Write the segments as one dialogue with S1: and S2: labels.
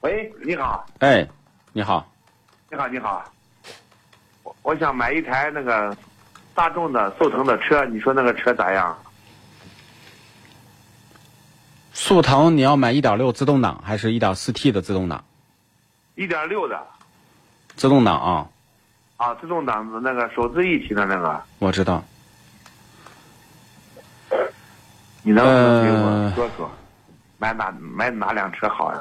S1: 喂，你好，
S2: 哎，你好，
S1: 你好，你好，我我想买一台那个大众的速腾的车，你说那个车咋样？
S2: 速腾你要买1.6自动挡还是 1.4T 的自动挡？
S1: 一点六的
S2: 自动挡啊，
S1: 啊，自动挡的那个手自一体的那个，
S2: 我知道。
S1: 你能不能给我
S2: 呃
S1: 说说，买哪买哪辆车好呀？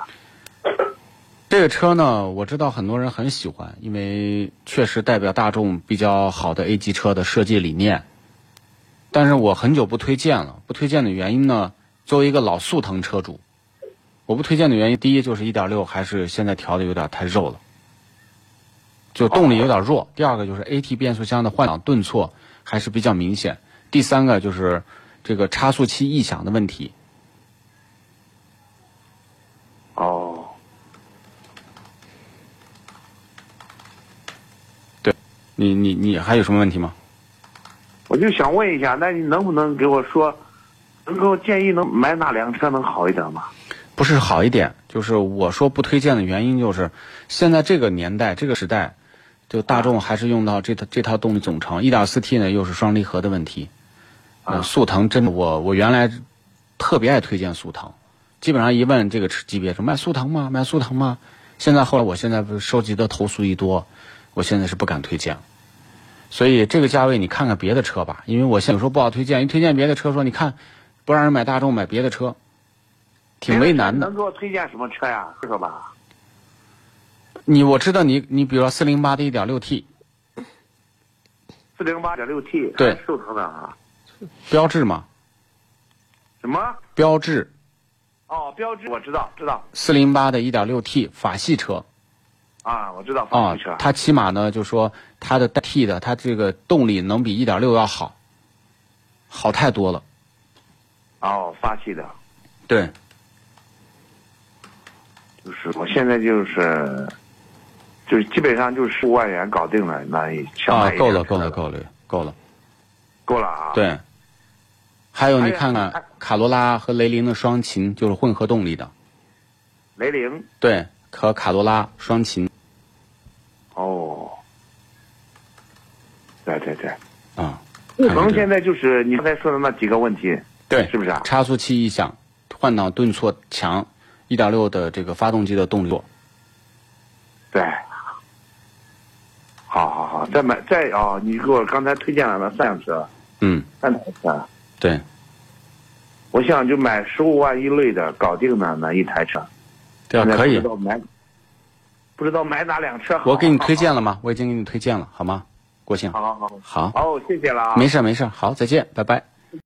S2: 这个车呢，我知道很多人很喜欢，因为确实代表大众比较好的 A 级车的设计理念。但是我很久不推荐了，不推荐的原因呢，作为一个老速腾车主，我不推荐的原因，第一就是1.6还是现在调的有点太肉了，就动力有点弱；第二个就是 AT 变速箱的换挡顿挫还是比较明显；第三个就是这个差速器异响的问题。
S1: 哦，
S2: 你你你还有什么问题吗？
S1: 我就想问一下，那你能不能给我说，能给我建议能买哪辆车能好一点吗？
S2: 不是好一点，就是我说不推荐的原因就是，现在这个年代这个时代，就大众还是用到这套这套动力总成，1 4 T 呢又是双离合的问题。呃，速腾真的我我原来特别爱推荐速腾，基本上一问这个车级别说卖速腾吗？卖速腾吗？现在后来我现在不是收集的投诉一多，我现在是不敢推荐了。所以这个价位你看看别的车吧，因为我现在有时候不好推荐，一推荐别的车说你看不让人买大众买别的车，挺为难的
S1: 能。给我推荐什么车呀？说说吧。
S2: 你我知道你你比如说四零八的一点六 T
S1: 四零八点六 T，
S2: 对
S1: 速腾的啊？
S2: 标致嘛，
S1: 什么？
S2: 标致
S1: 哦，标致我知道，知道
S2: 四零八的一点六 T 法系车
S1: 啊，我知道
S2: 啊
S1: 法系车。，
S2: 它起码呢就说它的代替的它这个动力能比一点六要好，好太多了。
S1: 哦，发系的，
S2: 对，
S1: 就是我现在就是，就是基本上就是十五万元搞定了，那也想
S2: 啊
S1: 买，一辆
S2: 够了
S1: 车
S2: 够了够了够了，
S1: 够了啊！，
S2: 对。还有
S1: 哎
S2: 你
S1: 呀
S2: 看
S1: 哎
S2: 看卡罗拉和雷凌的双擎就是混合动力的，
S1: 雷凌
S2: 对，和卡罗拉双擎
S1: 哦，对对对，
S2: 啊，
S1: 可
S2: 看看
S1: 能
S2: 这个
S1: 现在就是你刚才说的那几个问题，
S2: 对，
S1: 是不是啊
S2: 差速器异响，换挡顿挫强，一点六的这个发动机的动力弱。
S1: 对。好好好，再买再哦，你给我刚才推荐了那三辆车，
S2: 嗯，
S1: 三辆车，
S2: 对，
S1: 我想就买十五万以内的搞定的那一台车。
S2: 对啊，可
S1: 现在
S2: 以
S1: 不知。道买，不知道买哪辆车好。
S2: 我给你推荐了吗？我已经给你推荐了，好吗？国庆，
S1: 好。好好好，
S2: 好，
S1: 好，谢谢了啊。
S2: 没事儿没事儿，好，再见，拜拜。